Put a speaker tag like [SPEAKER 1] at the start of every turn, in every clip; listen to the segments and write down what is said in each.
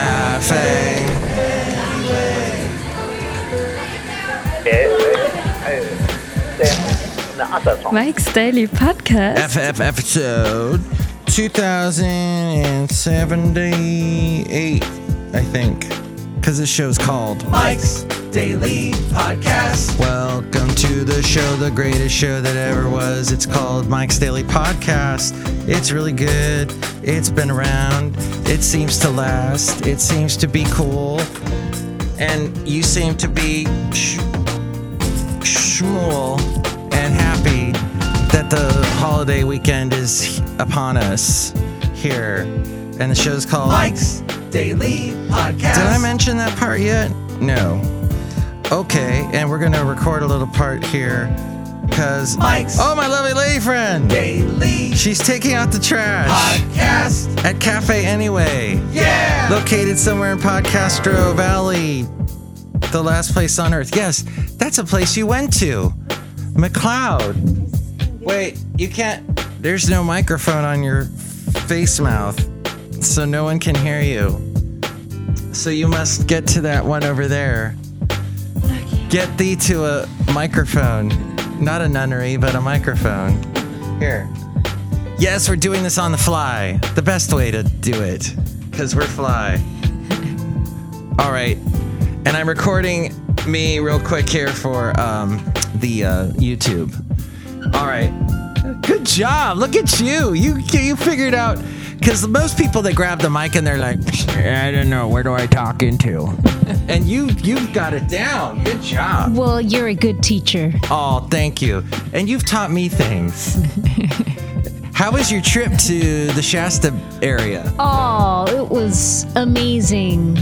[SPEAKER 1] laughing.
[SPEAKER 2] Mike's Daily Podcast.
[SPEAKER 1] FF episode 2078, I think. Because this show's called
[SPEAKER 3] Mike's Daily Podcast.
[SPEAKER 1] Welcome to the show, the greatest show that ever was. It's called Mike's Daily Podcast. It's really good. It's been around. It seems to last. It seems to be cool. And you seem to be sh- shmuel and happy that the holiday weekend is upon us here. And the show's called
[SPEAKER 3] Mike's Daily Podcast.
[SPEAKER 1] did I mention that part yet? No. Okay, and we're gonna record a little part here, cause
[SPEAKER 3] Mike's
[SPEAKER 1] oh my lovely lady friend,
[SPEAKER 3] Daily
[SPEAKER 1] she's taking out the trash
[SPEAKER 3] Podcast.
[SPEAKER 1] at Cafe Anyway,
[SPEAKER 3] Yeah.
[SPEAKER 1] located somewhere in Podcastro Valley, the last place on earth. Yes, that's a place you went to, McLeod. Wait, you can't. There's no microphone on your face mouth, so no one can hear you. So you must get to that one over there. Get thee to a microphone. Not a nunnery, but a microphone. Here. Yes, we're doing this on the fly. The best way to do it, because we're fly. All right. And I'm recording me real quick here for um, the uh, YouTube. All right. Good job. Look at you. You you figured out because most people that grab the mic and they're like, I don't know, where do I talk into? and you you've got it down. Good job.
[SPEAKER 2] Well, you're a good teacher.
[SPEAKER 1] Oh, thank you. And you've taught me things. How was your trip to the Shasta area?
[SPEAKER 2] Oh, it was amazing.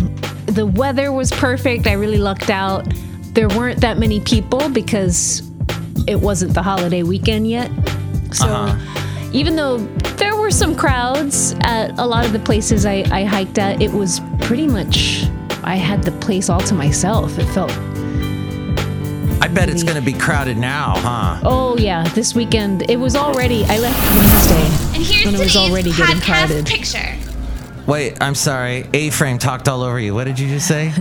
[SPEAKER 2] The weather was perfect. I really lucked out. There weren't that many people because it wasn't the holiday weekend yet. So, even though there were some crowds at a lot of the places I, I hiked at, it was pretty much, I had the place all to myself. It felt
[SPEAKER 1] I bet it's going to be crowded now, huh?
[SPEAKER 2] Oh yeah, this weekend it was already. I left Wednesday.
[SPEAKER 4] And here's
[SPEAKER 2] When it was
[SPEAKER 4] today's
[SPEAKER 2] already getting
[SPEAKER 4] podcast
[SPEAKER 2] crowded.
[SPEAKER 4] picture.
[SPEAKER 1] Wait, I'm sorry. A frame talked all over you. What did you just say?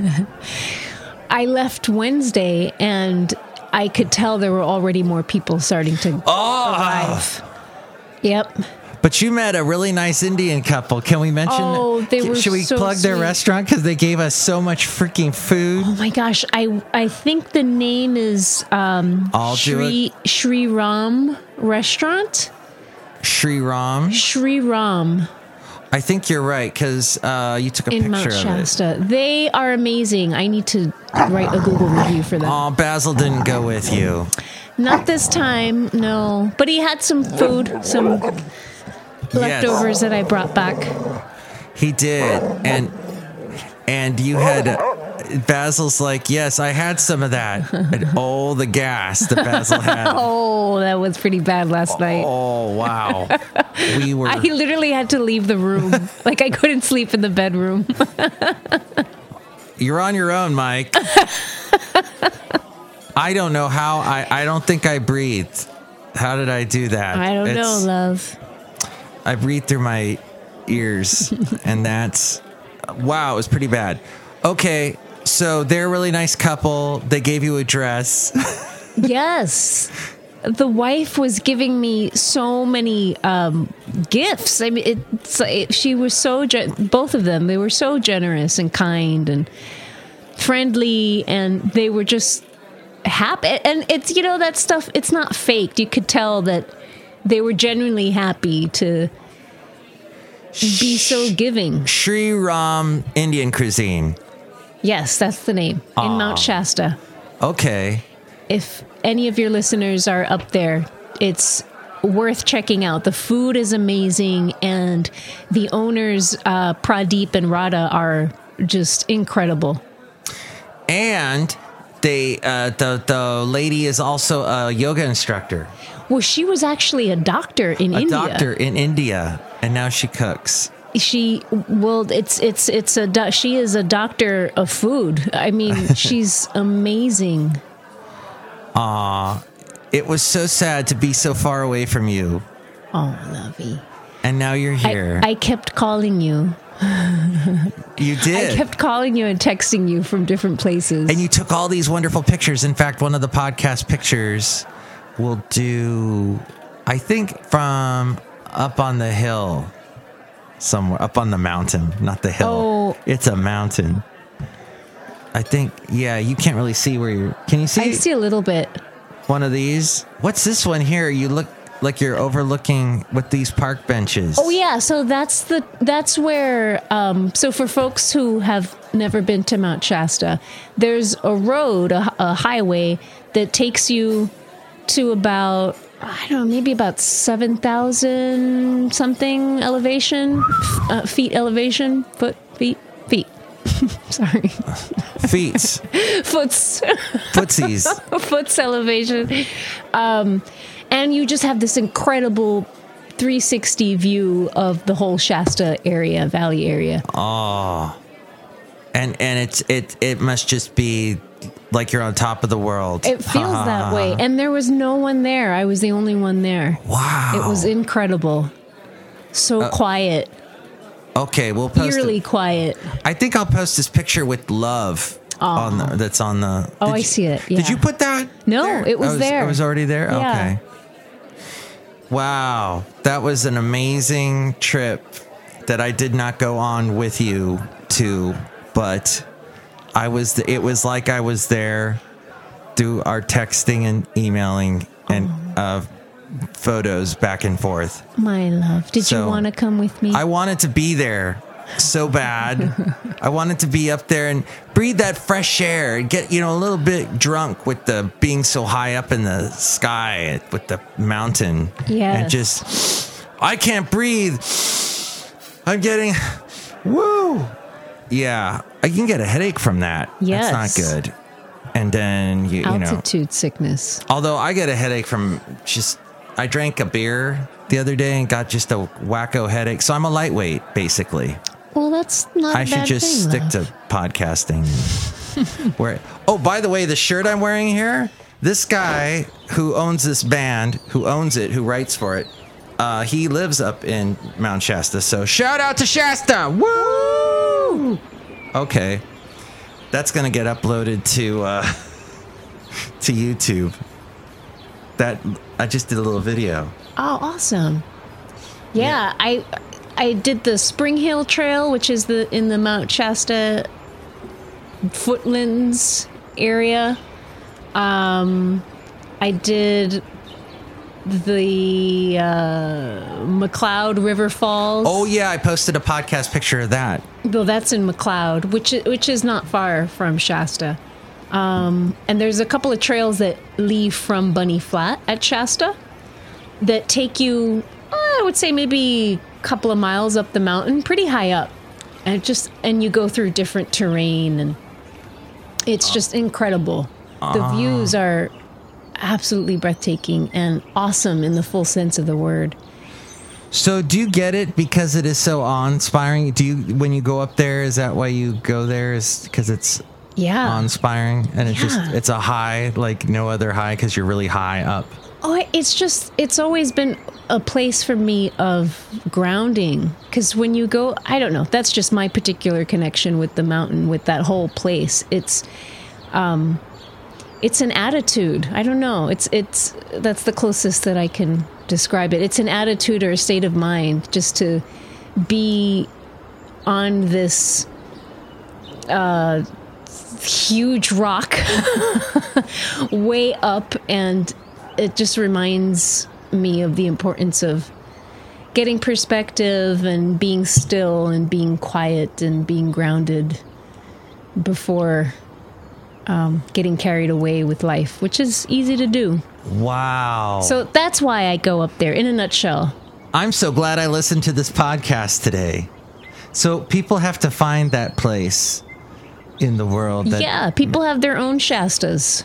[SPEAKER 2] I left Wednesday, and I could tell there were already more people starting to
[SPEAKER 1] Oh,
[SPEAKER 2] arrive. Yep.
[SPEAKER 1] but you met a really nice Indian couple. Can we mention?
[SPEAKER 2] Oh, they were
[SPEAKER 1] Should we
[SPEAKER 2] so
[SPEAKER 1] plug their
[SPEAKER 2] sweet.
[SPEAKER 1] restaurant because they gave us so much freaking food?
[SPEAKER 2] Oh my gosh. I I think the name is um,
[SPEAKER 1] I'll do
[SPEAKER 2] Shri Shri Ram Restaurant.
[SPEAKER 1] Shri Ram.
[SPEAKER 2] Shri Ram
[SPEAKER 1] I think you're right because uh, you took a
[SPEAKER 2] in
[SPEAKER 1] picture
[SPEAKER 2] Mount
[SPEAKER 1] of it.
[SPEAKER 2] Shasta. They are amazing. I need to write a Google review for them.
[SPEAKER 1] Oh, Basil didn't go with you.
[SPEAKER 2] Not this time, no. But he had some food, some leftovers that I brought back.
[SPEAKER 1] He did, and and you had Basil's like, yes, I had some of that, and oh, the gas that Basil had.
[SPEAKER 2] Oh, that was pretty bad last night.
[SPEAKER 1] Oh wow, we were.
[SPEAKER 2] I literally had to leave the room. like I couldn't sleep in the bedroom.
[SPEAKER 1] You're on your own, Mike. I don't know how. I I don't think I breathed. How did I do that?
[SPEAKER 2] I don't know,
[SPEAKER 1] It's-
[SPEAKER 2] love.
[SPEAKER 1] I breathe through my ears, and that's wow, it was pretty bad. Okay, so they're a really nice couple. They gave you a dress.
[SPEAKER 2] Yes. The wife was giving me so many um, gifts. I mean, it's, it, she was so gen- both of them. They were so generous and kind and friendly, and they were just happy. And it's you know that stuff. It's not faked. You could tell that they were genuinely happy to be so giving.
[SPEAKER 1] Sri Ram Indian cuisine.
[SPEAKER 2] Yes, that's the name in
[SPEAKER 1] Ah.
[SPEAKER 2] Mount Shasta.
[SPEAKER 1] Okay.
[SPEAKER 2] if any of your listeners are up there, it's worth checking out. The food is amazing, and the owners, uh, Pradeep and Radha, are just incredible.
[SPEAKER 1] And they uh, the the lady is also a yoga instructor,
[SPEAKER 2] Well, she was actually a doctor in
[SPEAKER 1] a
[SPEAKER 2] India.
[SPEAKER 1] doctor in India, and now she cooks.
[SPEAKER 2] She well, it's it's it's a do- she is a doctor of food. I mean, she's amazing.
[SPEAKER 1] It was so sad to be so far away from you,
[SPEAKER 2] Oh, lovey.
[SPEAKER 1] and now you're
[SPEAKER 2] I-
[SPEAKER 1] here.
[SPEAKER 2] I kept calling you.
[SPEAKER 1] You did.
[SPEAKER 2] I kept calling you and texting you from different places.
[SPEAKER 1] and you took all these wonderful pictures. In fact, one of the podcast pictures will do, I think, from up on the hill somewhere, up on the mountain, not the hill.
[SPEAKER 2] Oh.
[SPEAKER 1] It's a mountain. I think, yeah, you can't really see where you're. Can you see,
[SPEAKER 2] I see a little bit.
[SPEAKER 1] one of these? What's this one here? You look like you're overlooking with these park benches.
[SPEAKER 2] Oh yeah, so that's the that's where um, so for folks who have never been to Mount Shasta, there's a road, a, a highway that takes you to about I don't know, maybe about seven thousand something elevation, uh, feet elevation, foot feet feet. Sorry,
[SPEAKER 1] Feet,
[SPEAKER 2] foots.
[SPEAKER 1] footsies.
[SPEAKER 2] foot's elevation. Um, and you just have this incredible 360 view of the whole Shasta area, valley area.
[SPEAKER 1] and and it's it it must just be like you're on top of the world.
[SPEAKER 2] It feels
[SPEAKER 1] Ah.
[SPEAKER 2] that way. And there was no one there. I was the only one there.
[SPEAKER 1] Wow. Uh,
[SPEAKER 2] It was incredible. So quiet,
[SPEAKER 1] Okay, we'll post.
[SPEAKER 2] eerily
[SPEAKER 1] It.
[SPEAKER 2] quiet.
[SPEAKER 1] I think I'll post this picture with love on the, that's on the.
[SPEAKER 2] Oh,
[SPEAKER 1] Did
[SPEAKER 2] I
[SPEAKER 1] you-
[SPEAKER 2] see it,
[SPEAKER 1] Did
[SPEAKER 2] yeah.
[SPEAKER 1] you put that?
[SPEAKER 2] No, it was
[SPEAKER 1] Oh,
[SPEAKER 2] there.
[SPEAKER 1] It was already there.
[SPEAKER 2] Yeah.
[SPEAKER 1] Okay. Wow, that was an amazing trip that I did not go on with you to, but I was. It was like I was there through our texting and emailing and uh, photos back and forth.
[SPEAKER 2] My love, did
[SPEAKER 1] So-
[SPEAKER 2] you want to come with me?
[SPEAKER 1] I wanted to be there so bad. I wanted to be up there and breathe that fresh air and get, you know, a little bit drunk with the being so high up in the sky with the mountain. And
[SPEAKER 2] Yes.
[SPEAKER 1] just, I can't breathe. I'm getting, woo. Yeah. I can get a headache from that.
[SPEAKER 2] Yes.
[SPEAKER 1] That's not good. And then, you, you know,
[SPEAKER 2] Altitude sickness.
[SPEAKER 1] Although I get a headache from just, I drank a beer the other day and got just a wacko headache. So I'm a lightweight, basically.
[SPEAKER 2] Well, that's not. I
[SPEAKER 1] I should just stick to podcasting. Where? Oh, by the way, the shirt I'm wearing here. This guy who owns this band, who owns it, who writes for it, uh, he lives up in Mount Shasta. So shout out to Shasta! Woo! Okay, that's gonna get uploaded to uh, to YouTube. That I just did a little video.
[SPEAKER 2] Oh, awesome! Yeah, I I did the Spring Hill Trail, which is the in the Mount Shasta footlands area. Um, I did the uh, McLeod River Falls.
[SPEAKER 1] Oh yeah, I posted a podcast picture of that.
[SPEAKER 2] Well, that's in McLeod, which i- which is not far from Shasta. Um, and there's a couple of trails that leave from Bunny Flat at Shasta that take you, uh, I would say maybe a couple of miles up the mountain, pretty high up, and it just and you go through different terrain, and it's just incredible. The views are absolutely breathtaking and awesome in the full sense of the word.
[SPEAKER 1] So do you get it because it is so awe-inspiring? Do you when you go up there is that why you go there is because it's
[SPEAKER 2] Yeah.
[SPEAKER 1] awe-inspiring and it's just
[SPEAKER 2] Yeah.
[SPEAKER 1] it's a high like no other high because you're really high up.
[SPEAKER 2] Oh, I- it's just, it's always been a place for me of grounding. Because when you go, I don't know, that's just my particular connection with the mountain, with that whole place. It's, um, it's an attitude. I don't know. It's, it's, that's the closest that I can describe it. It's an attitude or a state of mind just to be on this, uh, huge rock way up and it just reminds me of the importance of getting perspective and being still and being quiet and being grounded before um, getting carried away with life, which is easy to do.
[SPEAKER 1] Wow.
[SPEAKER 2] So that's why I go up there in a nutshell.
[SPEAKER 1] I'm so glad I listened to this podcast today. So people have to find that place in the world that
[SPEAKER 2] yeah, people have their own Shastas.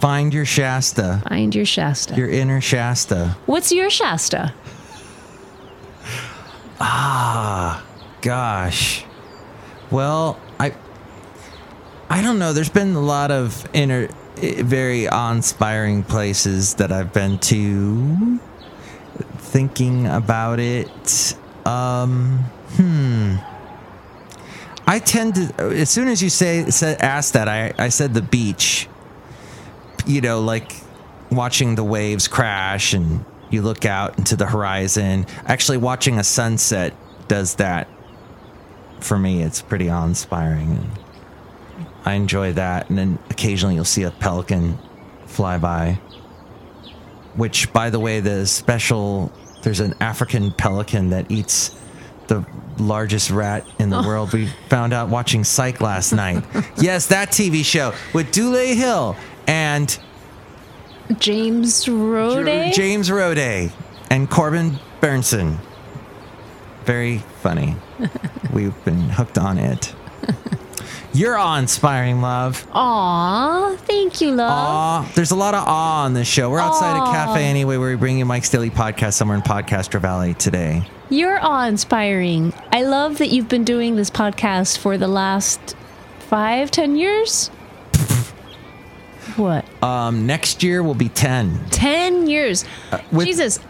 [SPEAKER 1] find your Shasta,
[SPEAKER 2] Find your Shasta.
[SPEAKER 1] your inner Shasta.
[SPEAKER 2] What's your Shasta?
[SPEAKER 1] Gosh. Well, I I don't know. There's been a lot of inner eh, very awe-inspiring places that I've been to. Thinking about it, um, hmm. I tend to as soon as you say said ask that I I said the beach. You know, like watching the waves crash and you look out into the horizon. Actually watching a sunset does that for me. It's pretty awe-inspiring. I enjoy that and then occasionally you'll see a pelican fly by. Which by the way the special there's an African pelican that eats the largest rat in the world. We found out watching Psych last night. yes, that TV show with Dule Hill and
[SPEAKER 2] James Rode.
[SPEAKER 1] James Rode and Corbin Burnson. Very funny. We've been hooked on it. You're awe-inspiring, love.
[SPEAKER 2] Aw, thank you, love.
[SPEAKER 1] Aw, there's a lot of awe on this show. We're outside a
[SPEAKER 2] Aw.
[SPEAKER 1] cafe anyway, where we bring you Mike's Daily Podcast somewhere in Podcaster Valley today.
[SPEAKER 2] You're awe inspiring. I love that you've been doing this podcast for the last five, ten years. what?
[SPEAKER 1] Um, next year will be 10.
[SPEAKER 2] ten years.
[SPEAKER 1] uh, with-
[SPEAKER 2] Jesus.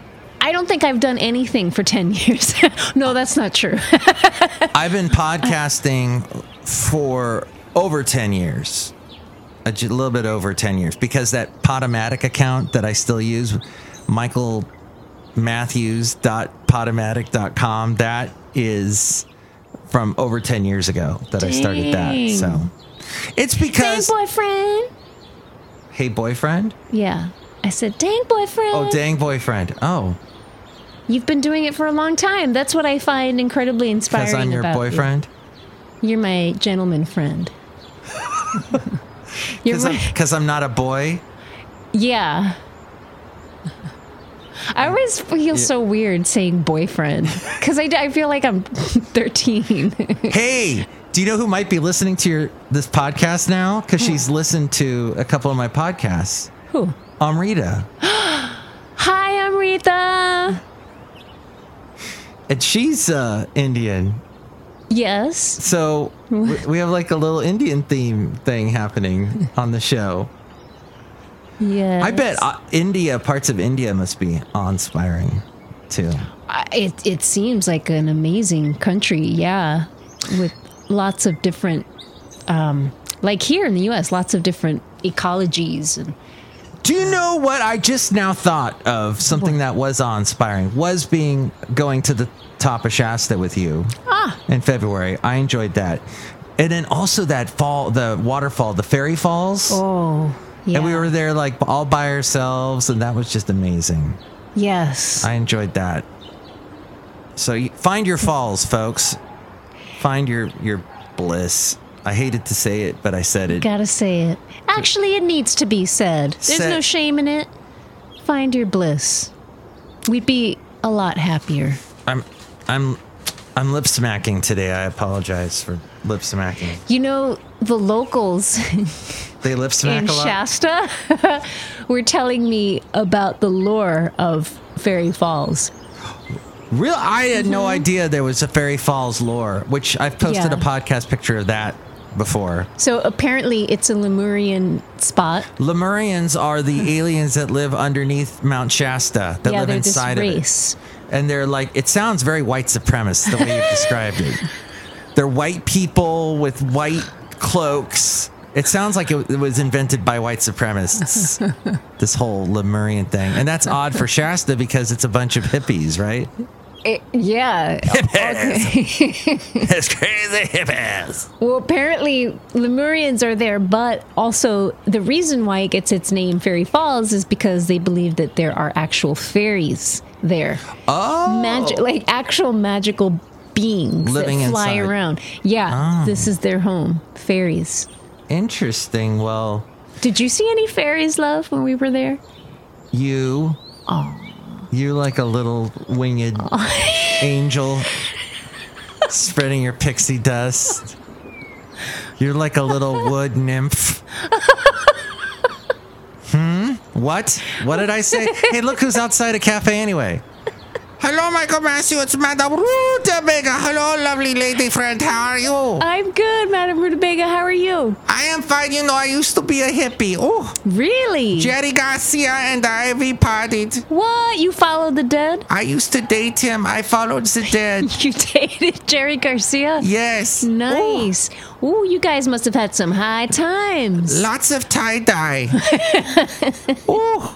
[SPEAKER 2] I don't think I've done anything for 10 years. no, that's not true.
[SPEAKER 1] I've been podcasting for over 10 years, a j- little bit over 10 years, because that Podomatic account that I still use, Michael Matthews.podomatic.com, that is from over 10 years ago that I started that.
[SPEAKER 2] Dang.
[SPEAKER 1] So it's
[SPEAKER 2] Dang,
[SPEAKER 1] because,
[SPEAKER 2] boyfriend.
[SPEAKER 1] hey, boyfriend?
[SPEAKER 2] Yeah. I said, dang, boyfriend.
[SPEAKER 1] Oh, dang, boyfriend. Oh,
[SPEAKER 2] You've been doing it for a long time. That's what I find incredibly inspiring.
[SPEAKER 1] because I'm your
[SPEAKER 2] about you.
[SPEAKER 1] boyfriend?
[SPEAKER 2] You're my gentleman friend. You're
[SPEAKER 1] Because
[SPEAKER 2] my,
[SPEAKER 1] I'm, not a boy?
[SPEAKER 2] yeah. I always feel so weird saying boyfriend because I, I feel like I'm 13.
[SPEAKER 1] hey do you know who might be listening to your this podcast now because she's listened to a couple of my podcasts
[SPEAKER 2] Who?
[SPEAKER 1] amrita
[SPEAKER 2] Hi, I'm Rita.
[SPEAKER 1] and she's uh indian
[SPEAKER 2] Yes.
[SPEAKER 1] so we we have like a little indian theme thing happening on the show
[SPEAKER 2] Yes.
[SPEAKER 1] i bet uh, india parts of india must be awe-inspiring too
[SPEAKER 2] I- It, it seems like an amazing country. Yeah. With lots of different, um, like here in the U.S., lots of different ecologies and
[SPEAKER 1] Do you know what I just now thought of something that was awe-inspiring? Was being going to the top of Shasta with you
[SPEAKER 2] Ah.
[SPEAKER 1] in February. I enjoyed that, and then also that fall, the waterfall, the fairy falls,
[SPEAKER 2] Oh, yeah.
[SPEAKER 1] and we were there like all by ourselves, and that was just amazing.
[SPEAKER 2] Yes.
[SPEAKER 1] I enjoyed that. So you, find your falls, folks. Find your your bliss. I hated to say it, but I said it.
[SPEAKER 2] Gotta say it. Actually, it needs to be said. There's
[SPEAKER 1] Said-
[SPEAKER 2] no shame in it. Find your bliss. We'd be a lot happier.
[SPEAKER 1] I'm I'm I'm lip smacking today. I apologize for lip smacking.
[SPEAKER 2] You know, the locals
[SPEAKER 1] They lip smack
[SPEAKER 2] in
[SPEAKER 1] a lot.
[SPEAKER 2] Shasta were telling me about the lore of Fairy Falls.
[SPEAKER 1] Real I had no idea there was a Fairy Falls lore, which I've posted
[SPEAKER 2] Mm-hmm. Yeah.
[SPEAKER 1] a podcast picture of that before.
[SPEAKER 2] So apparently, it's a Lemurian spot.
[SPEAKER 1] Lemurians are the aliens that live underneath Mount Shasta that
[SPEAKER 2] yeah,
[SPEAKER 1] live
[SPEAKER 2] they're
[SPEAKER 1] inside
[SPEAKER 2] this
[SPEAKER 1] of
[SPEAKER 2] race.
[SPEAKER 1] it. And they're like it sounds very white supremacist the way you've described it. They're white people with white cloaks. It sounds like it was invented by white supremacists. this whole Lemurian thing. And that's odd for Shasta because it's a bunch of hippies, right?
[SPEAKER 2] It- yeah.
[SPEAKER 1] It's crazy hippies.
[SPEAKER 2] Well, apparently Lemurians are there, but also the reason why it gets its name Fairy Falls is because they believe that there are actual fairies there,
[SPEAKER 1] Oh.
[SPEAKER 2] magic, like actual magical beings
[SPEAKER 1] Living
[SPEAKER 2] that fly
[SPEAKER 1] inside. Oh.
[SPEAKER 2] around. Yeah, this is their home, fairies.
[SPEAKER 1] Interesting. Well,
[SPEAKER 2] Did you see any fairies, love, when we were there?
[SPEAKER 1] you. You like a little winged angel spreading your pixie dust. You're like a little wood nymph. hmm? What? What did I say? Hey, look who's outside a cafe anyway. Hello, Michael Matthew. It's Madame Rutabaga. Hello, lovely lady friend. How are you?
[SPEAKER 2] I'm good, Madam Rutabaga. How are you? you?
[SPEAKER 1] I am fine. You know, I used to be a hippie. Oh,
[SPEAKER 2] Really?
[SPEAKER 1] Jerry Garcia and I Ivy partied.
[SPEAKER 2] what? You followed the dead?
[SPEAKER 1] I used to date him. I followed the dead.
[SPEAKER 2] You dated Jerry Garcia?
[SPEAKER 1] Yes. Oh,
[SPEAKER 2] Nice. Ooh, you guys must have had some high times.
[SPEAKER 1] lots of tie dye. oh,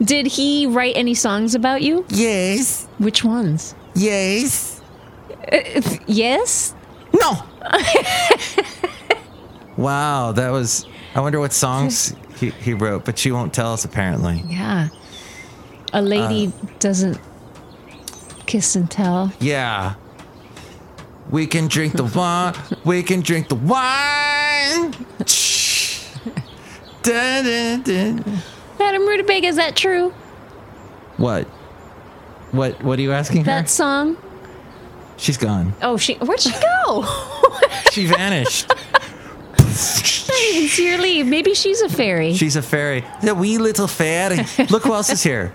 [SPEAKER 2] Did he write any songs about you?
[SPEAKER 1] yes.
[SPEAKER 2] Which ones?
[SPEAKER 1] Yes.
[SPEAKER 2] Yes?
[SPEAKER 1] No. wow, that was. I wonder what songs he, he wrote, but she won't tell us apparently.
[SPEAKER 2] Yeah. A lady doesn't kiss and tell.
[SPEAKER 1] Yeah. We can drink the wine. We can drink the wine. Dun, dun, dun.
[SPEAKER 2] Madam Rutabaga, is that true?
[SPEAKER 1] What? What? What are you asking her?
[SPEAKER 2] That song?
[SPEAKER 1] She's gone.
[SPEAKER 2] Oh, she. Where'd she go?
[SPEAKER 1] She vanished.
[SPEAKER 2] It's your leave. Maybe she's a fairy.
[SPEAKER 1] She's a fairy. The wee little fairy. Look who else is here.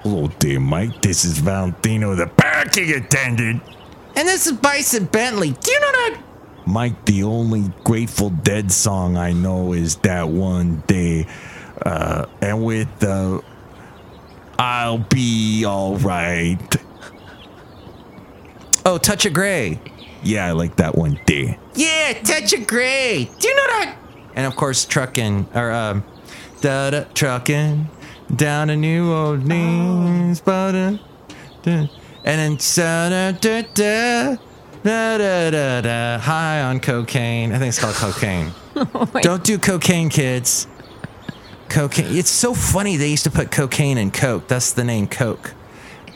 [SPEAKER 4] Hello, dear Mike. This is Valentino, the parking attendant.
[SPEAKER 1] And this is Bison Bentley. Do you know that?
[SPEAKER 4] Mike, the only Grateful Dead song I know is that one day, uh, and with the "I'll be all right."
[SPEAKER 1] Oh, Touch of Grey.
[SPEAKER 4] Yeah, I like that one day.
[SPEAKER 1] Yeah, touch of gray. Do you know that? And of course, trucking or um, da da trucking down to New Orleans, but and then sa da da da da da da da high on cocaine. I think it's called cocaine. Don't do cocaine, kids. Cocaine. It's so funny they used to put cocaine in Coke. That's the name Coke.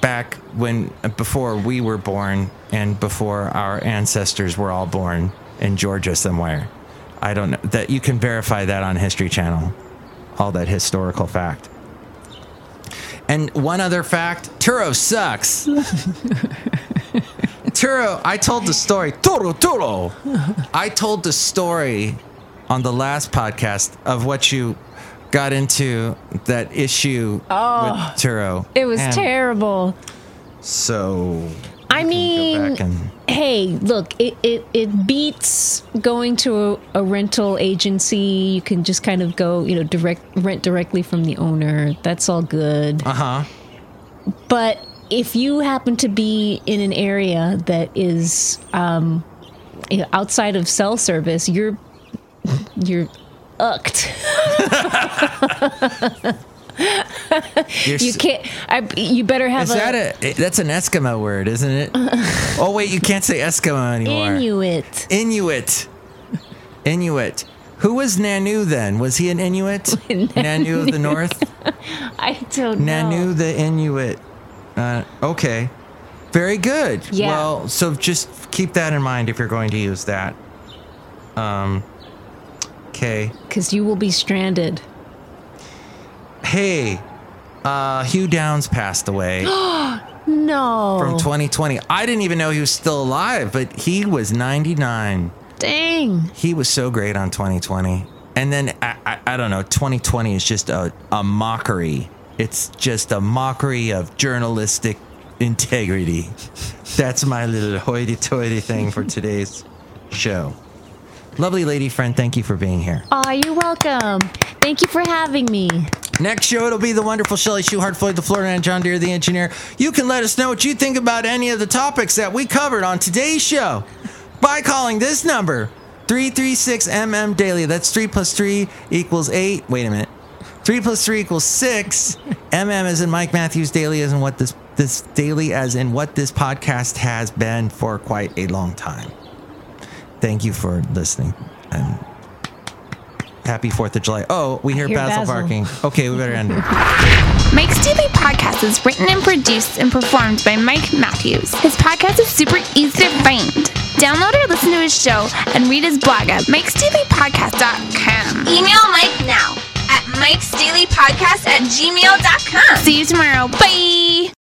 [SPEAKER 1] Back when before we were born and before our ancestors were all born in Georgia somewhere. I don't know that you can verify that on History Channel. All that historical fact. And one other fact, Turo sucks. Turo, I told the story. Turo, Turo. I told the story on the last podcast of what you got into that issue with Turo.
[SPEAKER 2] Oh. it was
[SPEAKER 1] And
[SPEAKER 2] terrible.
[SPEAKER 1] So
[SPEAKER 2] I
[SPEAKER 1] go
[SPEAKER 2] mean,
[SPEAKER 1] back and
[SPEAKER 2] hey, look, it, it, it beats going to a, a rental agency. You can just kind of go, you know, direct rent directly from the owner. That's all good.
[SPEAKER 1] uh huh.
[SPEAKER 2] But if you happen to be in an area that is um, you know, outside of cell service, you're you're ucked.
[SPEAKER 1] You're
[SPEAKER 2] You
[SPEAKER 1] s-
[SPEAKER 2] can't. I, you better have
[SPEAKER 1] Is
[SPEAKER 2] a
[SPEAKER 1] that a eh, that's an Eskimo word, isn't it? oh wait, you can't say Eskimo anymore.
[SPEAKER 2] Inuit.
[SPEAKER 1] Inuit. Inuit. Who was Nanu then? Was he an Inuit? Nanu of the North?
[SPEAKER 2] I don't know.
[SPEAKER 1] Nanu the Inuit. Uh, okay. Very good.
[SPEAKER 2] Yeah.
[SPEAKER 1] Well, so just keep that in mind if you're going to use that. Um, okay.
[SPEAKER 2] because you will be stranded.
[SPEAKER 1] Hey, uh, Hugh Downs passed away
[SPEAKER 2] No.
[SPEAKER 1] from 2020. I didn't even know he was still alive, but he was 99.
[SPEAKER 2] Dang.
[SPEAKER 1] he was so great on 2020 and then i, I, I don't know 2020 is just a, a mockery it's just a mockery of journalistic integrity that's my little hoity-toity thing for today's show lovely lady friend thank you for being here
[SPEAKER 2] Oh, you're welcome. Thank you for having me.
[SPEAKER 1] Next show, it'll be the wonderful Shelley Shuhart, Floyd the Florida, and John Deere the engineer. You can let us know what you think about any of the topics that we covered on today's show by calling this number 336 MM Daily. That's 3 plus 3 equals 8. Wait a minute. 3 plus 3 equals 6. MM is in Mike Matthews Daily, as in what this, this daily, as in what this podcast has been for quite a long time. Thank you for listening. And happy 4th of July. Oh, we hear,
[SPEAKER 2] hear
[SPEAKER 1] Basil,
[SPEAKER 2] Basil.
[SPEAKER 1] barking. Okay, we better end it.
[SPEAKER 5] Mike's Daily Podcast is written and produced and performed by Mike Matthews. His podcast is super easy to find. Download or listen to his show and read his blog at mikesdailypodcast.com. Email Mike now at mikesdailypodcast at gmail.com. See you tomorrow. Bye.